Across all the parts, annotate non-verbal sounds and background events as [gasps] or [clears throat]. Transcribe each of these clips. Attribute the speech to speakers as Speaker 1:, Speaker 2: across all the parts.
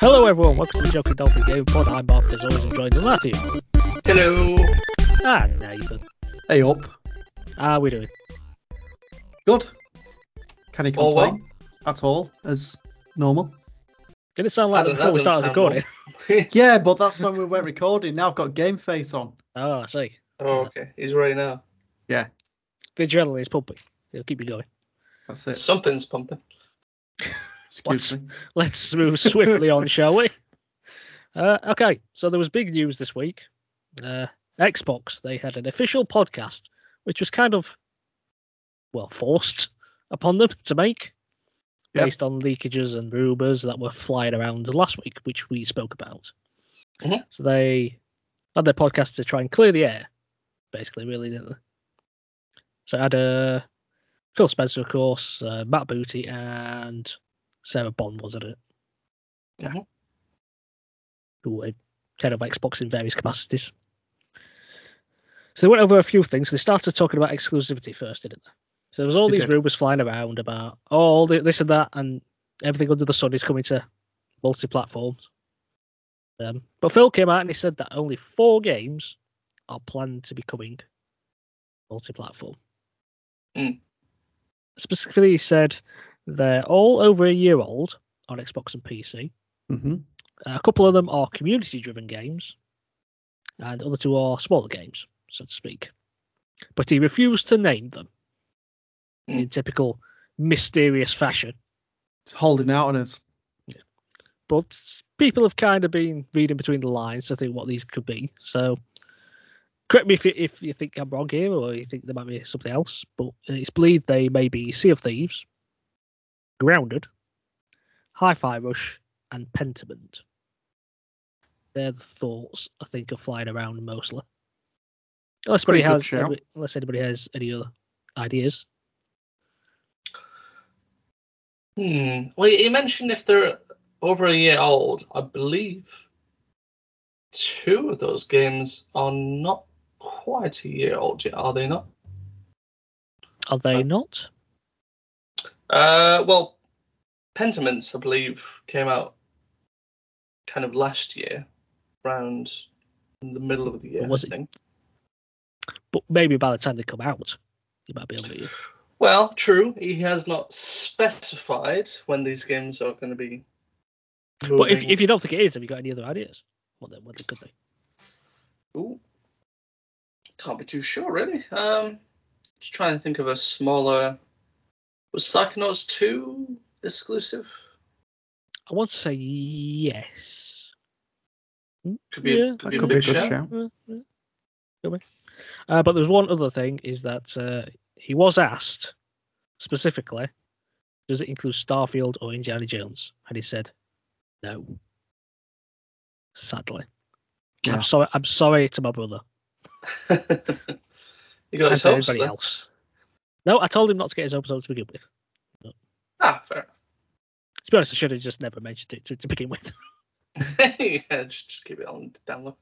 Speaker 1: Hello everyone, welcome to the Jockey Dolphin Game Pod. I'm Mark, as always, I'm joined by Matthew. Ah,
Speaker 2: Hello.
Speaker 1: And Nathan.
Speaker 3: Hey up.
Speaker 1: How are we Ah, doing?
Speaker 3: Good. Can he
Speaker 2: All
Speaker 3: complain at all as normal?
Speaker 1: Did it sound like that
Speaker 2: That does-
Speaker 1: before we
Speaker 2: that does
Speaker 1: started
Speaker 2: sound
Speaker 1: recording?
Speaker 3: Yeah, but that's when we weren't recording. Now I've got game face on.
Speaker 1: Oh, I see.
Speaker 2: [laughs] Oh, okay. He's ready now.
Speaker 1: The adrenaline is pumping. It'll keep you going.
Speaker 3: That's it.
Speaker 2: Something's pumping.
Speaker 3: Excuse me.
Speaker 1: Let's move swiftly on, shall we? Uh, okay, so there was big news this week. Uh, Xbox, they had an official podcast, which was kind of, well, forced upon them to make
Speaker 3: Yep.
Speaker 1: based on leakages and rumours that were flying around last week, which we spoke about.
Speaker 2: Mhm.
Speaker 1: So they had their podcast to try and clear the air, basically, really, didn't they? So it had uh, Phil Spencer, of course, uh, Matt Booty, and Sarah Bond, wasn't it?
Speaker 2: Yeah. Mhm.
Speaker 1: Who were head of Xbox in various capacities. So they went over a few things. They started talking about exclusivity first, didn't they? So there was all
Speaker 3: They
Speaker 1: these
Speaker 3: did.
Speaker 1: rumours flying around about oh, all thi- this and that, and everything under the sun is coming to multi-platforms. Um, but Phil came out and he said that only four games are planned to be coming multi-platform.
Speaker 2: Mm.
Speaker 1: Specifically, he said they're all over a year old on Xbox and PC.
Speaker 3: Mm-hmm.
Speaker 1: A couple of them are community-driven games, and other two are smaller games, so to speak. But he refused to name them
Speaker 2: Mm.
Speaker 1: in typical mysterious fashion.
Speaker 3: It's holding out on us.
Speaker 1: but people have kind of been reading between the lines to think what these could be. So correct me if you, if you think I'm wrong here or you think there might be something else, but it's believed they may be Sea of Thieves, Grounded, Hi Fi Rush, and Pentiment. They're the thoughts I think are flying around mostly. Unless anybody
Speaker 3: pretty good
Speaker 1: has,
Speaker 3: shout.
Speaker 1: any- unless anybody has any other ideas.
Speaker 2: Hmm. Well, you mentioned if they're over a year old, I believe two of those games are not quite a year old yet, are they not?
Speaker 1: Are they
Speaker 2: Uh,
Speaker 1: not?
Speaker 2: Uh, well, Pentiments, I believe, came out kind of last year, around in the middle of the year.
Speaker 1: Or was
Speaker 2: I
Speaker 1: it-
Speaker 2: think.
Speaker 1: But maybe by the time they come out, you might be able to.
Speaker 2: Well, true. He has not specified when these games are going to be.
Speaker 1: But if,
Speaker 2: moving
Speaker 1: if you don't think it is, have you got any other ideas? What they, what they could be?
Speaker 2: Ooh. Can't be too sure, really. Um, just trying to think of a smaller. Was Psychonauts 2 exclusive?
Speaker 1: I want to say yes.
Speaker 2: Could be,
Speaker 1: Yeah,
Speaker 2: a, could
Speaker 3: That
Speaker 2: be
Speaker 3: could
Speaker 2: a
Speaker 3: be a
Speaker 2: big
Speaker 3: good
Speaker 2: shout.
Speaker 3: shout.
Speaker 1: Uh, yeah. Could be. Uh, but there's one other thing is that uh, he was asked specifically, does it include Starfield or Indiana Jones? And he said, no. Sadly,
Speaker 3: Yeah.
Speaker 1: I'm sorry. I'm sorry to my brother
Speaker 2: [laughs] you got
Speaker 1: and
Speaker 2: his
Speaker 1: to
Speaker 2: hopes
Speaker 1: everybody
Speaker 2: then?
Speaker 1: else. No, I told him not to get his hopes up to begin with. To
Speaker 2: [laughs] Ah, fair [laughs]
Speaker 1: be honest, I should have just never mentioned it to, to begin with.
Speaker 2: enough. yeah, just, just keep it on down low.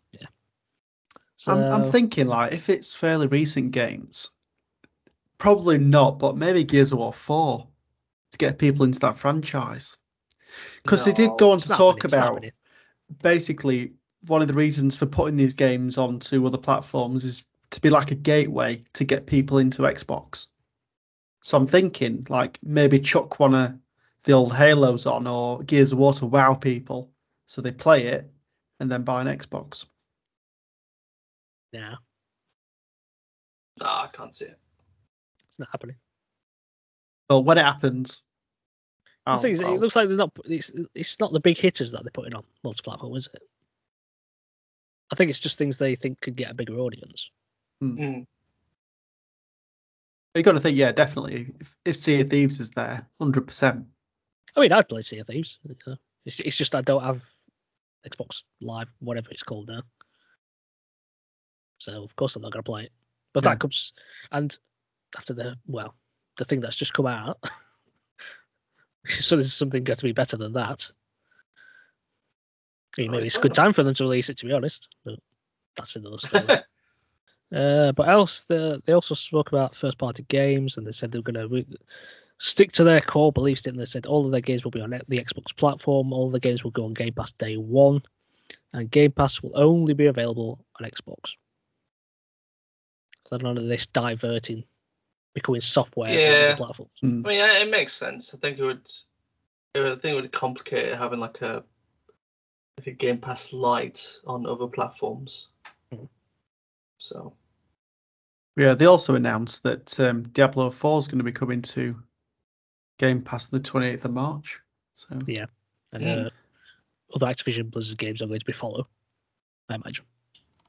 Speaker 3: I'm, I'm
Speaker 1: So-
Speaker 3: thinking like if it's fairly recent games, probably not, but maybe Gears of War 4 to get people into that franchise. Because they did
Speaker 2: No,
Speaker 3: go on
Speaker 1: it's
Speaker 3: to
Speaker 1: not
Speaker 3: talk
Speaker 1: happening, it's not
Speaker 3: about
Speaker 1: happening.
Speaker 3: basically one of the reasons for putting these games onto other platforms is to be like a gateway to get people into Xbox. So I'm thinking like maybe chuck one of the old Halos on or Gears of War to wow people so they play it and then buy an Xbox.
Speaker 1: Nah,
Speaker 2: Ah, I can't see it.
Speaker 1: it's not happening.
Speaker 3: Well, when it happens,
Speaker 1: The
Speaker 3: oh, I'll-
Speaker 1: thing is, it
Speaker 3: I'll-
Speaker 1: looks like they're not. It's it's not the big hitters that they're putting on multi-platform, is it? I think it's just things they think could get a bigger audience.
Speaker 2: Mm.
Speaker 3: you got to think, yeah, definitely. If, if Sea of Thieves is there, 100%.
Speaker 1: I mean, I'd play Sea of Thieves. You know? It's it's just I don't have Xbox Live, whatever it's called now. So of course I'm not gonna play it. But
Speaker 3: Yeah.
Speaker 1: that comes and after the well, the thing that's just come out. [laughs] so there's something got to be better than that. I mean,
Speaker 2: Oh,
Speaker 1: maybe
Speaker 2: it
Speaker 1: it's a good
Speaker 2: will.
Speaker 1: time for them to release it, to be honest. But that's another story. Uh, but else, the, they also spoke about first-party games, and they said they were going to re- stick to their core beliefs, didn't they? Said all of their games will be on the Xbox platform, all the games will go on Game Pass day one, and Game Pass will only be available on Xbox. So none of this diverting, becoming software on
Speaker 2: Yeah.
Speaker 1: other platforms.
Speaker 2: I mean, yeah, it makes sense. I think it would. It would I think it would complicate it having like a like a Game Pass Lite on other platforms.
Speaker 3: Mm-hmm.
Speaker 1: Mm.
Speaker 2: So
Speaker 3: Yeah, they also announced that um, Diablo 4 is going to be coming to Game Pass on the 28th of March. So
Speaker 1: Yeah. And
Speaker 2: Mm.
Speaker 1: uh, other Activision Blizzard games are going to be follow. I imagine.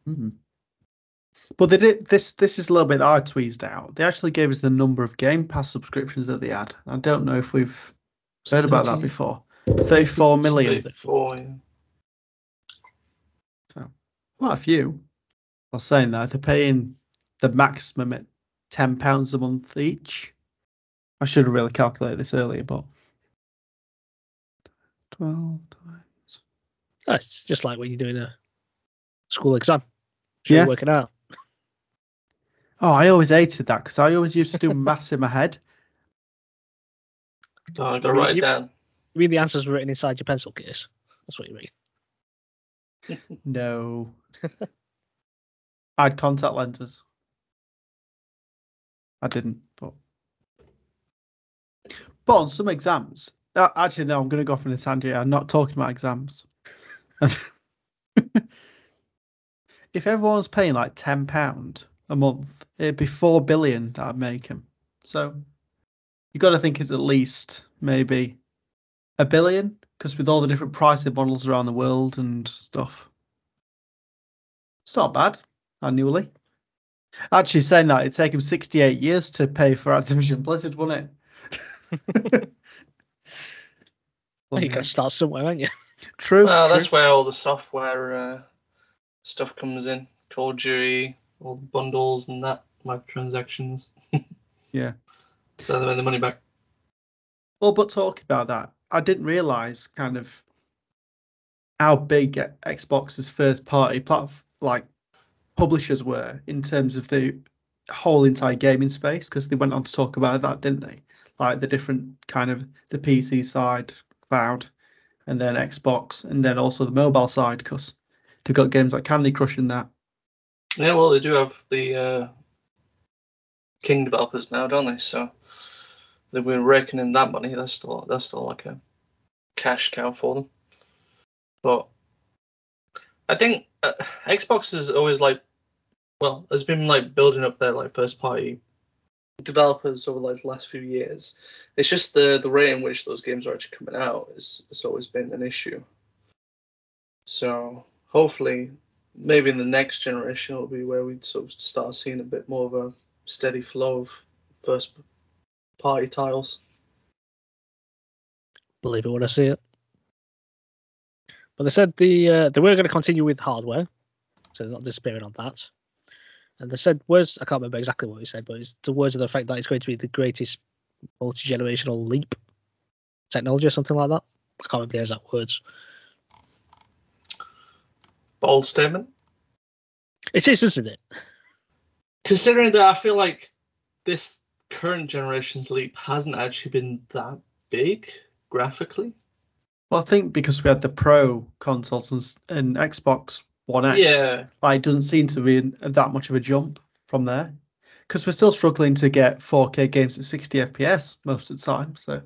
Speaker 3: mhm. But they did this. This is a little bit that I tweezed out. They actually gave us the number of Game Pass subscriptions that they had. I don't know if we've heard about
Speaker 1: 17.
Speaker 3: that before. 34 million.
Speaker 2: before, yeah.
Speaker 3: So quite a few. I was saying that they're paying the maximum at ten pounds a month each. I should have really calculated this earlier, but twelve times.
Speaker 1: Oh, it's just like when you're doing a school exam. So
Speaker 3: Yeah.
Speaker 1: You're working out.
Speaker 3: Oh, I always hated that because I always used to do maths in my head.
Speaker 2: Oh, I gotta write it
Speaker 1: You-
Speaker 2: down.
Speaker 1: You mean the answers were written inside your pencil case? That's what you mean.
Speaker 3: No. I had contact lenses. I didn't, but but on some exams. uh, Actually, no, I'm going to go off on a tangent. here. I'm not talking about exams. if everyone's paying like ten pound a month, it'd be four billion that I'd make them. So you got to think it's at least maybe a billion, because with all the different pricing models around the world and stuff, it's not bad annually. Actually, saying that, it'd take them 68 years to pay for Activision Blizzard, wouldn't it? [laughs]
Speaker 1: Well, you got to start somewhere, aren't you?
Speaker 3: True.
Speaker 2: Well,
Speaker 3: true.
Speaker 2: that's where all the software uh, stuff comes in. Call of Duty, all the bundles and that, microtransactions. [laughs]
Speaker 3: Yeah.
Speaker 2: So they made the money back.
Speaker 3: Well, but talking about that, I didn't realize kind of how big Xbox's first party platform, like publishers were in terms of the whole entire gaming space because they went on to talk about that, didn't they? Like the different kind of the PC side, cloud, and then Xbox, and then also the mobile side because they've got games like Candy Crush and that.
Speaker 2: Yeah, well, they do have the uh, King developers now, don't they? So they've been raking in that money. That's still that's still like a cash cow for them. But I think uh, Xbox is always like, well, has been like building up their like first party developers over like the last few years. It's just the the rate in which those games are actually coming out is it's always been an issue. So hopefully maybe in the next generation it'll be where we sort of start seeing a bit more of a steady flow of first party titles.
Speaker 1: Believe it when I see it. But they said the uh, they were going to continue with hardware, so they're not disappearing on that. And they said words I can't remember exactly what he said, but it's the words of the fact that it's going to be the greatest multi generational leap technology or something like that. I can't remember the exact words.
Speaker 2: Bold statement.
Speaker 1: It is, isn't it?
Speaker 2: Considering that I feel like this current generation's leap hasn't actually been that big graphically.
Speaker 3: Well, I think because we had the Pro consoles and, s- and Xbox One X,
Speaker 2: Yeah.
Speaker 3: like it doesn't seem to be an- that much of a jump from there. Because we're still struggling to get 4K games at 60 FPS most of the time. So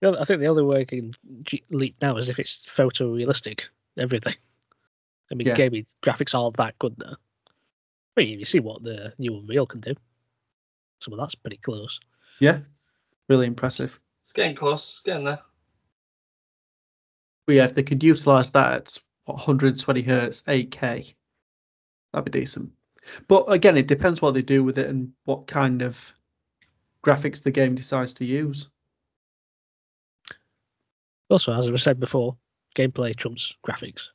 Speaker 1: The other- I think the only way it can g- leap now is if it's photorealistic, everything. I mean,
Speaker 3: Yeah.
Speaker 1: gaming graphics aren't that good now. I mean, you see what the new Unreal can do. Some of that's pretty close.
Speaker 3: yeah, really impressive.
Speaker 2: It's getting close, it's getting there.
Speaker 3: But yeah, if they could utilize that at what, 120 hertz 8K, that'd be decent. But again, it depends what they do with it and what kind of graphics the game decides to use.
Speaker 1: Also, as I said before, gameplay trumps graphics.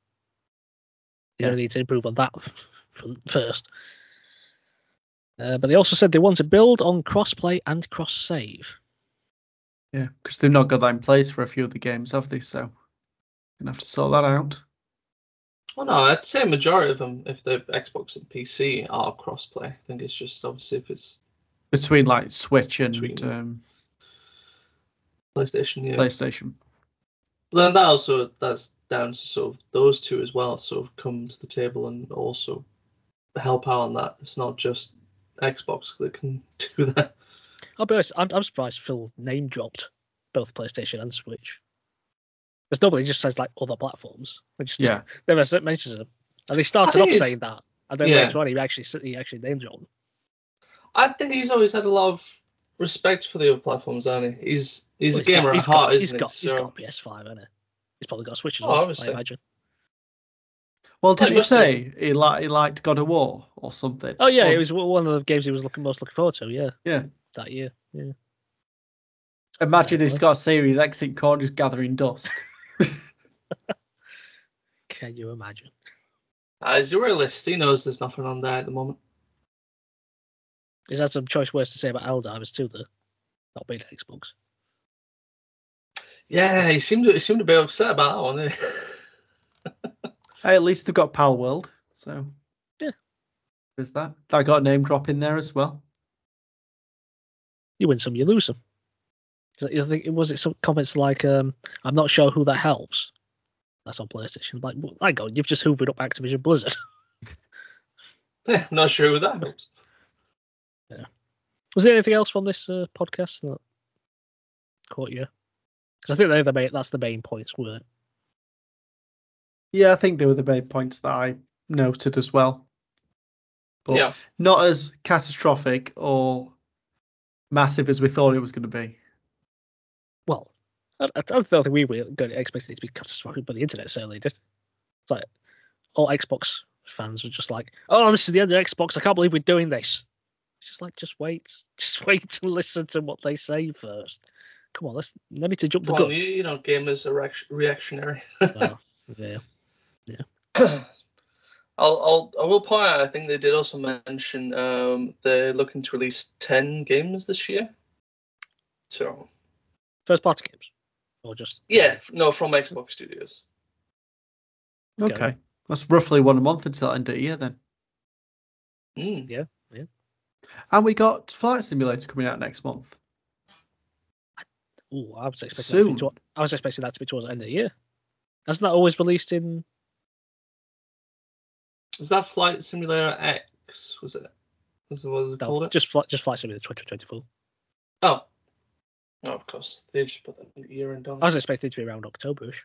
Speaker 1: You
Speaker 3: Yeah.
Speaker 1: don't need to improve on that [laughs] f- first. Uh, but they also said they want to build on crossplay and cross save.
Speaker 3: Yeah, because they've not got that in place for a few of the games, have they? So gonna have to sort that out.
Speaker 2: Well, no, I'd say a majority of them, if they're Xbox and PC, are crossplay. I think it's just obviously if it's
Speaker 3: between like Switch and
Speaker 2: Between-
Speaker 3: um,
Speaker 2: PlayStation. Yeah.
Speaker 3: PlayStation.
Speaker 2: But then that also that's down to sort of those two as well sort of come to the table and also help out on that. It's not just Xbox that can [laughs] do that.
Speaker 1: I'll be honest, I'm, I'm surprised Phil name dropped both PlayStation and Switch. Because nobody just says like other platforms. They just
Speaker 3: Yeah,
Speaker 1: [laughs] never s- mentions them, and they
Speaker 2: I
Speaker 1: started
Speaker 2: think
Speaker 1: off
Speaker 2: it's-
Speaker 1: saying that, and then
Speaker 2: Yeah.
Speaker 1: later on he actually s- he actually name dropped. them.
Speaker 2: I think he's always had a lot of respect for the other platforms, hasn't he? He's he's
Speaker 1: Well,
Speaker 2: a gamer
Speaker 1: got-
Speaker 2: at
Speaker 1: got,
Speaker 2: heart, isn't
Speaker 1: he's
Speaker 2: he?
Speaker 1: got,
Speaker 2: so
Speaker 1: He's got a PS5, isn't he? He's probably got a Switch as
Speaker 2: Oh,
Speaker 1: well.
Speaker 2: obviously.
Speaker 1: I imagine.
Speaker 3: Well, didn't he
Speaker 2: must have-
Speaker 3: say he, li- he liked God of War or something?
Speaker 1: Oh yeah,
Speaker 3: Well,
Speaker 1: it was w- one of the games he was looking most looking forward to. Yeah.
Speaker 3: Yeah.
Speaker 1: That year. Yeah.
Speaker 3: Imagine
Speaker 1: Yeah,
Speaker 3: he's got a Series X in corn just gathering dust.
Speaker 1: Can you imagine?
Speaker 2: uh, he's a realist. He knows there's nothing on there at the moment.
Speaker 1: He's had some choice words to say about Eldivers too, though. Not being at Xbox.
Speaker 2: Yeah, he seemed he seemed a bit upset about that one. Didn't
Speaker 3: hey, at least they've got Pal World, so
Speaker 1: Yeah.
Speaker 3: There's that. That got a name drop in there as well.
Speaker 1: You win some, you lose some. 'Cause I think it was it some comments like, um, "I'm not sure who that helps." That's on PlayStation. Like, well, hang on, you've just hoovered up Activision Blizzard. [laughs]
Speaker 2: he? [laughs] Yeah, not sure who that helps.
Speaker 1: Was there anything else from this uh, podcast that caught you? Because I think they're the main, that's the main points, were it?
Speaker 3: Yeah, I think they were the main points that I noted as well. But
Speaker 2: yeah,
Speaker 3: not as catastrophic or massive as we thought it was going to be.
Speaker 1: Well, I, I don't think we were going to expect it to be catastrophic, but the internet certainly did. It's like all Xbox fans were just like, "Oh, this is the end of Xbox. I can't believe we're doing this." It's just like, just wait, [laughs] just wait and listen to what they say first. Come on, let's no need to jump the
Speaker 2: come on,
Speaker 1: gun.
Speaker 2: you, you know, gamers are react- reactionary.
Speaker 1: [laughs] Oh, yeah.
Speaker 2: I'll, I'll I will point out. I think they did also mention um, they're looking to release ten games this year. So
Speaker 1: First party games, or just
Speaker 2: yeah, f- no, from Xbox Studios.
Speaker 1: Okay.
Speaker 3: Okay. That's roughly one a month until the end of the year then.
Speaker 2: Mm.
Speaker 3: And we got Flight Simulator coming out next month.
Speaker 1: Ooh, I was expecting that to be
Speaker 3: Soon.
Speaker 1: toward, I was expecting that to be towards the end of the year. Hasn't that always released in?
Speaker 2: Is that Flight Simulator X? Was it? Was it what was it
Speaker 1: No,
Speaker 2: called? It?
Speaker 1: just fly, just flight simulator 2024.
Speaker 2: Oh, no, of course they just put that year end on.
Speaker 1: I was expecting it to be around Octoberish.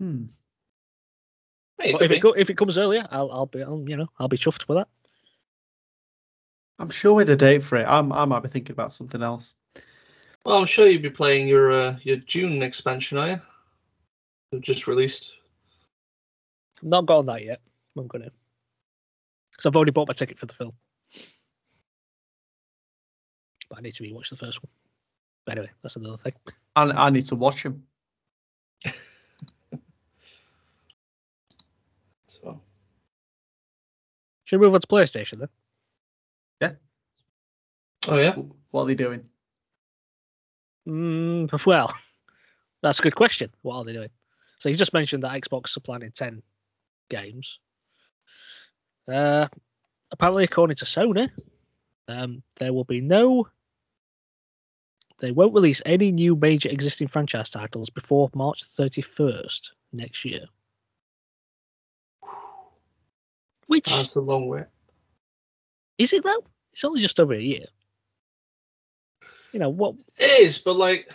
Speaker 3: Hmm.
Speaker 2: Hey,
Speaker 1: But if
Speaker 2: could
Speaker 1: it
Speaker 2: be.
Speaker 1: go, if it comes earlier, I'll I'll be I'll, you know I'll be chuffed with that.
Speaker 3: I'm sure we had a date for it. I'm, I might be thinking about something else.
Speaker 2: Well, I'm sure you'd be playing your uh, your June expansion, are you? They've just released.
Speaker 1: I've not got on that yet. I'm gonna. Because I've already bought my ticket for the film. But I need to rewatch the first one. But anyway, that's another thing.
Speaker 3: And I need to watch him.
Speaker 2: So
Speaker 1: Should we move on to PlayStation then?
Speaker 2: oh yeah,
Speaker 3: What are they doing?
Speaker 1: Mm, well, [laughs] that's a good question. What are they doing? So you just mentioned that Xbox are planning ten games. Uh, apparently, according to Sony, um, there will be no. They won't release any new major existing franchise titles before March 31st next year. Which
Speaker 2: that's a long way.
Speaker 1: is it though? It's only just over a year. You know what?
Speaker 2: It is, but like,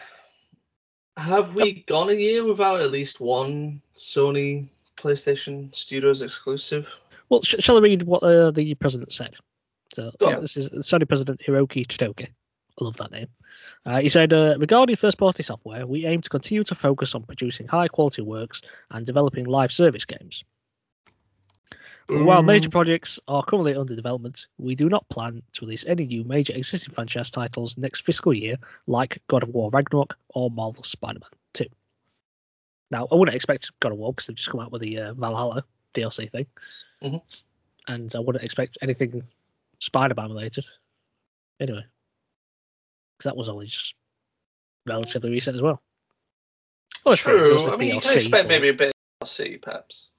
Speaker 2: have we gone a year without at least one Sony PlayStation Studios exclusive?
Speaker 1: Well, sh- shall I read what uh, the president said? So
Speaker 2: Go
Speaker 1: yeah,
Speaker 2: on.
Speaker 1: this is Sony President Hiroki Totoki. I love that name. Uh, he said, uh, regarding first-party software, we aim to continue to focus on producing high-quality works and developing live service games. But While
Speaker 2: Mm.
Speaker 1: major projects are currently under development, we do not plan to release any new major existing franchise titles next fiscal year, like God of War Ragnarok or Marvel Spider-Man 2. Now, I wouldn't expect God of War because they've just come out with the uh, Valhalla DLC thing,
Speaker 2: Mhm.
Speaker 1: and I wouldn't expect anything Spider-Man related. Anyway, because that was only just relatively recent as well. Well, that's right, it
Speaker 2: True.
Speaker 1: was the
Speaker 2: I mean, you
Speaker 1: DLC,
Speaker 2: can expect
Speaker 1: but-
Speaker 2: maybe a bit of DLC, perhaps.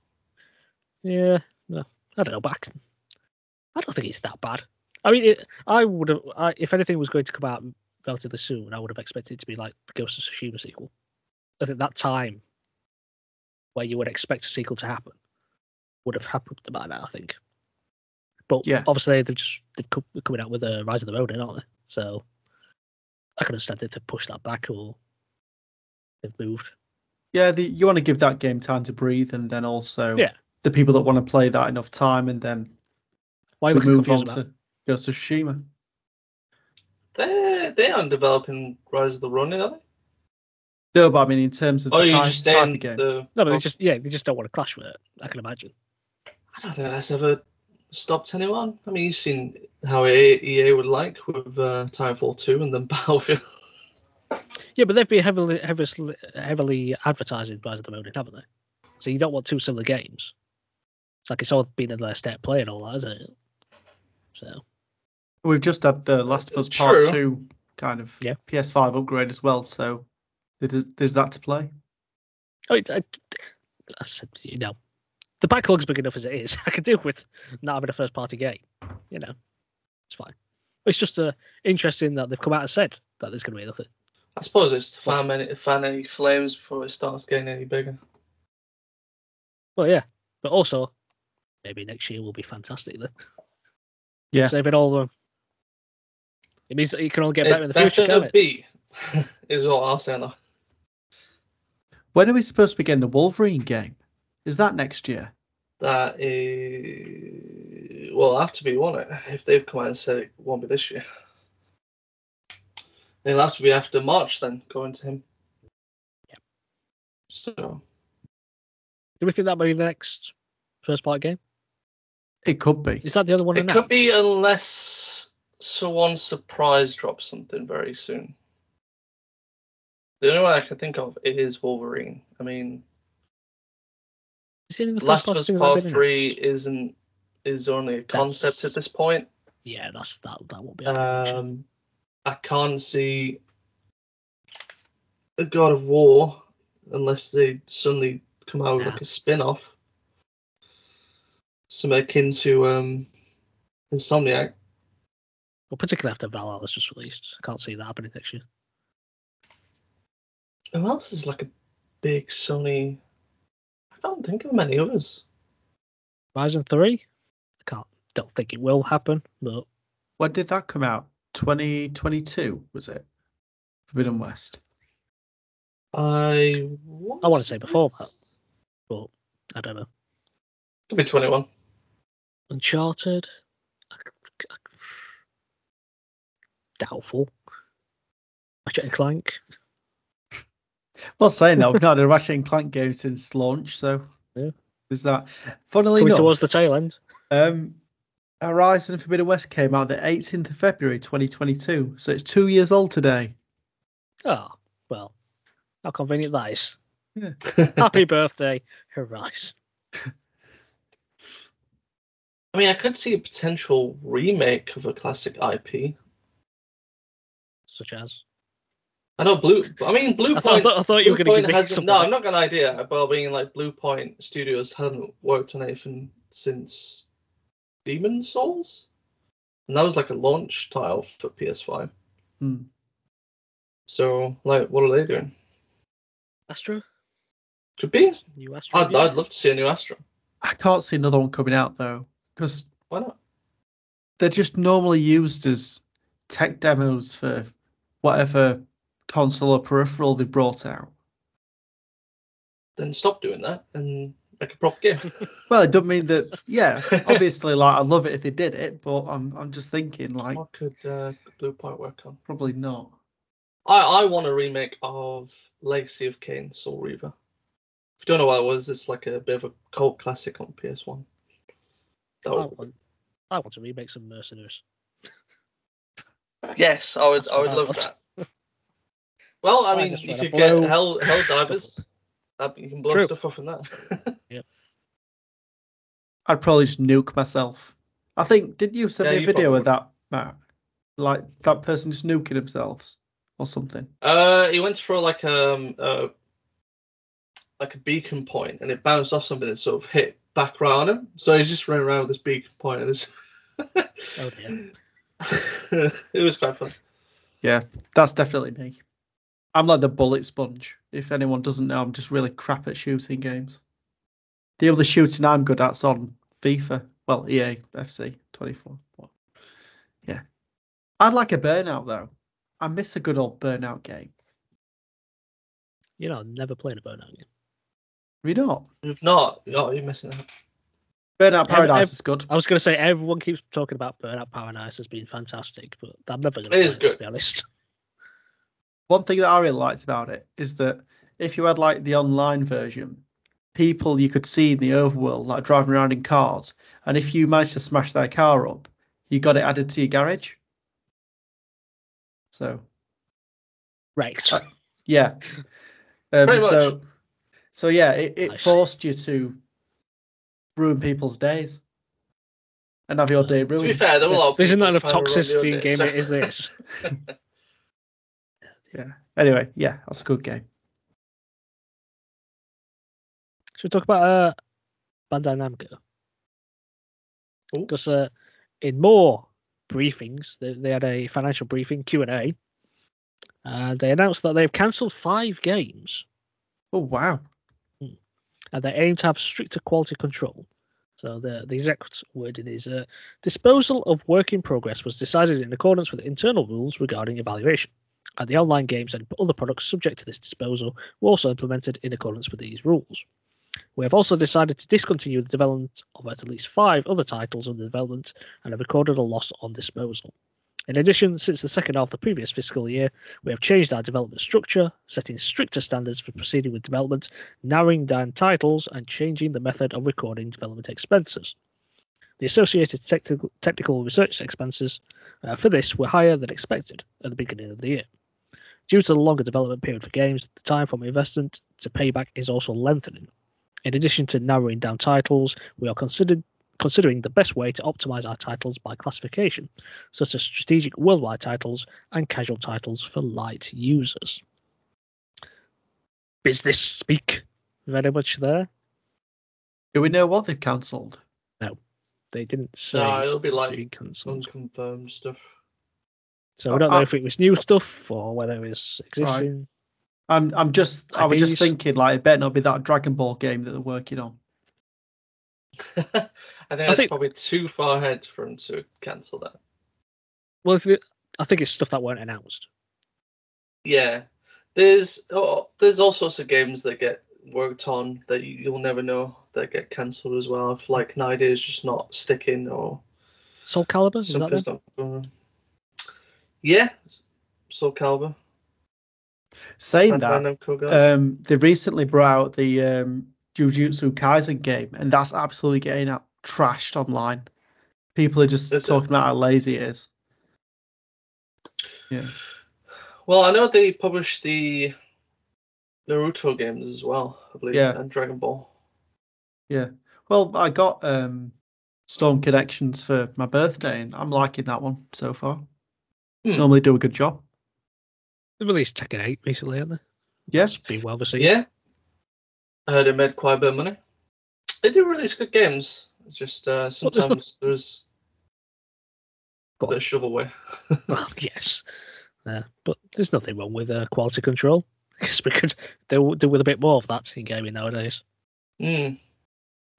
Speaker 1: yeah, no, I don't know. Back, I don't think it's that bad. I mean, it, I would have. I, if anything was going to come out relatively soon, I would have expected it to be like the Ghost of Tsushima sequel. I think that time where you would expect a sequel to happen would have happened by now. I think. But
Speaker 3: Yeah.
Speaker 1: obviously they've just they've co- they're coming out with a Rise of the Ronin, aren't they? So I could understand it to push that back or they've moved.
Speaker 3: Yeah, the, you want to give that game time to breathe, and then also
Speaker 1: Yeah.
Speaker 3: the people that want to play that enough time, and then
Speaker 1: Why
Speaker 3: they
Speaker 1: would
Speaker 3: move on
Speaker 1: confused about?
Speaker 3: to Ghost of Tsushima.
Speaker 2: They they aren't developing Rise of the Ronin, are they?
Speaker 3: No, but I mean in terms of
Speaker 2: Oh,
Speaker 3: the
Speaker 2: you
Speaker 3: type,
Speaker 2: just
Speaker 3: type
Speaker 2: saying
Speaker 3: of game.
Speaker 2: the. oh,
Speaker 1: No, but they just yeah, they just don't want to clash with it. I can imagine.
Speaker 2: I don't think that's ever stopped anyone. I mean, you've seen how E EA EA would like with uh, Titanfall 2 and then [laughs] Battlefield.
Speaker 1: Yeah, but they've been heavily heavily heavily advertising Rise of the Ronin, haven't they? So you don't want two similar games. It's like it's all been in their step play and all that, isn't it? So
Speaker 3: We've just had the Last of Us Part
Speaker 2: True.
Speaker 3: Two kind of
Speaker 1: Yeah.
Speaker 3: PS5 upgrade as well, so there's, there's that to play.
Speaker 1: I mean, I, I said, you know, the backlog's big enough as it is. [laughs] I can deal with not having a first party game. You know, it's fine. It's just uh, interesting that they've come out and said that there's going to be nothing.
Speaker 2: I suppose it's to fan any, fan any flames before it starts getting any bigger.
Speaker 1: Well, yeah, but also maybe next year will be fantastic then.
Speaker 3: Yeah.
Speaker 1: Saving all the. It means that you can all get
Speaker 2: It
Speaker 1: better in the future,
Speaker 2: better
Speaker 1: can't it?
Speaker 2: be, [laughs] is all I'll say though.
Speaker 3: When are we supposed to be getting the Wolverine game? Is that next year?
Speaker 2: That is, well, have to be, won't it? If they've come out and said it won't be this year, it'll have to be after March then, going to him.
Speaker 1: Yep.
Speaker 2: So
Speaker 1: Do we think that might be the next first part game?
Speaker 3: It could be.
Speaker 1: Is that the other one?
Speaker 2: it
Speaker 1: announced?
Speaker 2: could be unless someone surprise drops something very soon. The only way I can think of is Wolverine. I mean,
Speaker 1: Is it in the first
Speaker 2: Last of
Speaker 1: part
Speaker 2: Us
Speaker 1: things that have
Speaker 2: Part
Speaker 1: been
Speaker 2: Three
Speaker 1: announced?
Speaker 2: isn't is only a concept
Speaker 1: That's-
Speaker 2: at this point.
Speaker 1: Yeah, that's that. That won't be. happening.
Speaker 2: Um, I can't see the God of War unless they suddenly come out with
Speaker 1: Nah.
Speaker 2: like a spin-off, some akin to um, Insomniac.
Speaker 1: well, particularly after Valhalla was just released, I can't see that happening next year.
Speaker 2: Who else is like a big Sony? I can't think of many others.
Speaker 1: Horizon Three, I can't. Don't think it will happen, but
Speaker 3: When did that come out? 2022 was it? Forbidden West.
Speaker 2: I
Speaker 1: I wanna say before that.
Speaker 2: that.
Speaker 1: I don't know.
Speaker 2: Could be 21. [laughs]
Speaker 1: Uncharted, I c- I c- doubtful. Ratchet and Clank,
Speaker 3: Well, saying that we've not had a Ratchet and Clank game since launch, so
Speaker 1: Yeah.
Speaker 3: there's that. Funnily
Speaker 1: coming
Speaker 3: enough,
Speaker 1: towards the tail end.
Speaker 3: um, Horizon Forbidden West came out the 18th of February 2022, so it's two years old today.
Speaker 1: Oh well, how convenient that
Speaker 2: [laughs]
Speaker 1: is.
Speaker 3: Yeah.
Speaker 1: Happy birthday, Horizon.
Speaker 2: I mean, I could see a potential remake of a classic IP.
Speaker 1: Such as
Speaker 2: I know Blue. I mean, Blue
Speaker 1: I thought, I
Speaker 2: Point.
Speaker 1: thought, I thought you were going to
Speaker 2: Blue
Speaker 1: give
Speaker 2: Point
Speaker 1: me
Speaker 2: hasn't-
Speaker 1: something.
Speaker 2: No, I'm not got an idea about being like Blue Point Studios haven't worked on anything since Demon Souls, and that was like a launch title for PS5.
Speaker 3: Hmm.
Speaker 2: So like, what are they doing?
Speaker 1: Astro,
Speaker 2: Could be.
Speaker 1: new Astro.
Speaker 2: I'd, I'd love to see a new Astro.
Speaker 3: I can't see another one coming out though, because
Speaker 2: Why not?
Speaker 3: they're just normally used as tech demos for whatever console or peripheral they've brought out.
Speaker 2: Then stop doing that and make a proper game.
Speaker 3: Well, it doesn't
Speaker 2: [laughs]
Speaker 3: mean that. Yeah, obviously, like I love it if they did it, but I'm I'm just thinking like
Speaker 2: what could uh, Blue Point work on?
Speaker 3: probably not.
Speaker 2: I, I want a remake of Legacy of Kain, Soul Reaver. If you don't know what it was, it's like a bit of a cult classic on PS1. That
Speaker 1: I
Speaker 2: would,
Speaker 1: want, I want to remake some Mercenaries.
Speaker 2: yes, I would.
Speaker 1: That's
Speaker 2: I would
Speaker 1: what I
Speaker 2: love
Speaker 1: want.
Speaker 2: that.
Speaker 1: [laughs]
Speaker 2: Well, I
Speaker 1: I
Speaker 2: mean,
Speaker 1: just
Speaker 2: you
Speaker 1: wanna
Speaker 2: could
Speaker 1: blow
Speaker 2: get Hell
Speaker 1: [laughs]
Speaker 2: Hell
Speaker 1: stuff
Speaker 2: Divers. That, you can blow
Speaker 1: True.
Speaker 2: stuff up from that. [laughs]
Speaker 3: I'd probably just nuke myself. I think did you send
Speaker 2: Yeah,
Speaker 3: me
Speaker 2: you
Speaker 3: a video
Speaker 2: probably
Speaker 3: of that, Matt? Like that person just nuking themselves or something.
Speaker 2: uh, he went for like um uh, like a beacon point, and it bounced off something and sort of hit back round him. So he's just running around with this beacon point and this. [clears throat]
Speaker 1: Oh dear.
Speaker 2: [laughs] it was quite fun.
Speaker 3: Yeah, that's definitely me. I'm like the bullet sponge. If anyone doesn't know, I'm just really crap at shooting games. The only shooting I'm good at's on FIFA. Well, E EA FC 24. But yeah, I'd like a burnout though. I miss a good old burnout game.
Speaker 1: You know, I've never played a burnout game.
Speaker 3: We not.
Speaker 2: You've not. Oh, you're missing out.
Speaker 3: Burnout
Speaker 1: Ev-
Speaker 3: Paradise
Speaker 1: ev-
Speaker 3: is good.
Speaker 1: I was going to say everyone keeps talking about Burnout Paradise as being fantastic, but I'm never going to
Speaker 2: It
Speaker 1: play
Speaker 2: is
Speaker 1: it, to
Speaker 2: good.
Speaker 1: be honest. [laughs]
Speaker 3: One thing that I really liked about it is that if you had like the online version, people you could see in the overworld like driving around in cars, and if you managed to smash their car up, you got it added to your garage. So
Speaker 1: Wrecked.
Speaker 3: Uh, yeah, um,
Speaker 2: [laughs] Pretty much.
Speaker 3: so so yeah, it, it
Speaker 1: Nice.
Speaker 3: forced you to ruin people's days and have your day ruined.
Speaker 2: Uh, To be fair, there were a lot of
Speaker 1: There's
Speaker 2: people
Speaker 1: not enough
Speaker 2: trying to run the
Speaker 1: toxicity in
Speaker 2: other
Speaker 1: game,
Speaker 2: day,
Speaker 1: it is
Speaker 2: [laughs] so-
Speaker 1: this.
Speaker 3: Yeah. Anyway, yeah, that's a good game.
Speaker 1: Should we talk about uh, Bandai Namco?
Speaker 2: Ooh.
Speaker 1: Because uh, in more briefings, they, they had a financial briefing Q and A. Uh, they announced that they've cancelled five games
Speaker 3: Oh wow.
Speaker 1: and they aim to have stricter quality control. So the, the exact wording is uh, disposal of work in progress was decided in accordance with internal rules regarding evaluation. And the online games and other products subject to this disposal were also implemented in accordance with these rules. We have also decided to discontinue the development of at least five other titles under development and have recorded a loss on disposal. In addition, since the second half of the previous fiscal year, we have changed our development structure, setting stricter standards for proceeding with development, narrowing down titles, and changing the method of recording development expenses. The associated technical, technical research expenses uh, for this were higher than expected at the beginning of the year. Due to the longer development period for games, the time from investment to payback is also lengthening. In addition to narrowing down titles, we are considered considering the best way to optimize our titles by classification, such as strategic worldwide titles and casual titles for light users. Business speak very much there.
Speaker 3: Do we know what they've cancelled?
Speaker 1: They didn't say
Speaker 2: No, it'll be
Speaker 1: it's
Speaker 2: like
Speaker 1: been cancelled.
Speaker 2: unconfirmed stuff. [laughs]
Speaker 1: So we don't know
Speaker 3: I-
Speaker 1: if it was new stuff or whether it was existing.
Speaker 3: I'm I'm just I was just
Speaker 1: IPs.
Speaker 3: thinking like it better not be that Dragon Ball game that they're working on.
Speaker 2: I think that's
Speaker 1: think-
Speaker 2: probably too far ahead for him to cancel that.
Speaker 1: Well, if the, I think it's stuff that weren't announced.
Speaker 2: Yeah, there's oh, there's all sorts of games that get worked on that you, you'll never know that get cancelled as well. If like an idea is just not sticking or
Speaker 1: Soul Calibur? Is that them?
Speaker 2: something's not going. Yeah, Soul Calibur.
Speaker 3: Saying
Speaker 2: Bandai
Speaker 3: that,
Speaker 2: Namco
Speaker 1: Uh,
Speaker 2: guys.
Speaker 3: um, they recently brought out the um, Jujutsu Kaisen game, and that's absolutely getting out trashed online. People are just
Speaker 2: Is it?
Speaker 3: talking about how lazy it is.
Speaker 2: Well, I know they published the Naruto games as well, I believe,
Speaker 3: Yeah.
Speaker 2: and Dragon Ball.
Speaker 3: Well, I got um, Storm Connections for my birthday, and I'm liking that one so far.
Speaker 2: Hmm.
Speaker 3: Normally do a good job.
Speaker 1: They released Tekken 8 recently, haven't they?
Speaker 3: Yes.
Speaker 1: It's been well received.
Speaker 2: Yeah. I heard it made quite a bit of money. They do release good games. It's just uh,
Speaker 1: Well, there's
Speaker 2: sometimes
Speaker 1: not-
Speaker 2: there's a
Speaker 1: Go
Speaker 2: bit
Speaker 1: on.
Speaker 2: of shovelware.
Speaker 1: Well, [laughs] yes. Uh, but there's nothing wrong with uh, quality control. [laughs] I guess we could do, do with a bit more of that in gaming nowadays.
Speaker 2: Mm.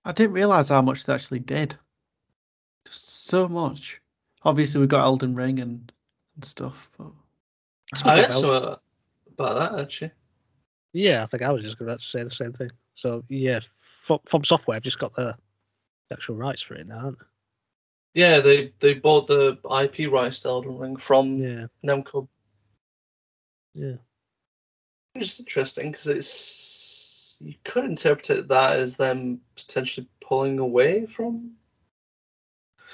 Speaker 3: I didn't realise how much they actually did. Just so much. Obviously, we got Elden Ring and, and stuff, but
Speaker 1: Speaking
Speaker 2: I
Speaker 1: of
Speaker 2: heard
Speaker 1: Elden-
Speaker 2: some about that actually.
Speaker 1: Yeah, I think I was just about to say the same thing. So yeah, from, from software, I've just got the the actual rights for it now, haven't
Speaker 2: Yeah, they they bought the IP rights to Elden Ring from
Speaker 1: they? Yeah,
Speaker 2: Namco.
Speaker 1: yeah.
Speaker 2: Which is interesting because it's you could interpret it that as them potentially pulling away from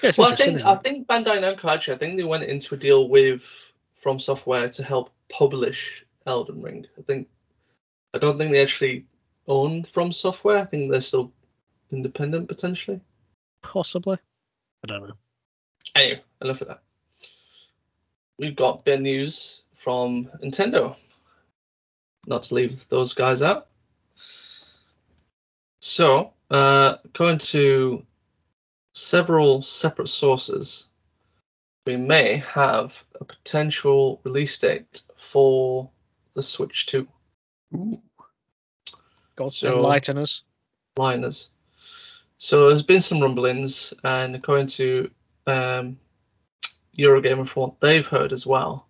Speaker 1: yeah it's
Speaker 2: Well, I
Speaker 1: interesting.
Speaker 2: think
Speaker 1: isn't
Speaker 2: I
Speaker 1: it?
Speaker 2: think Bandai Namco actually, I think they went into a deal with From Software to help publish Elden Ring. I think I don't think they actually own From Software. I think they're still independent potentially.
Speaker 1: Possibly. I don't know.
Speaker 2: Anyway, enough of that. We've got bit of news from Nintendo. Not to leave those guys out. So, uh, according to several separate sources, we may have a potential release date for the Switch 2
Speaker 3: Ooh.
Speaker 1: God,
Speaker 2: So-
Speaker 1: enlighten us.
Speaker 2: liners. So there's been some rumblings, and according to um, Eurogamer, from what they've heard as well,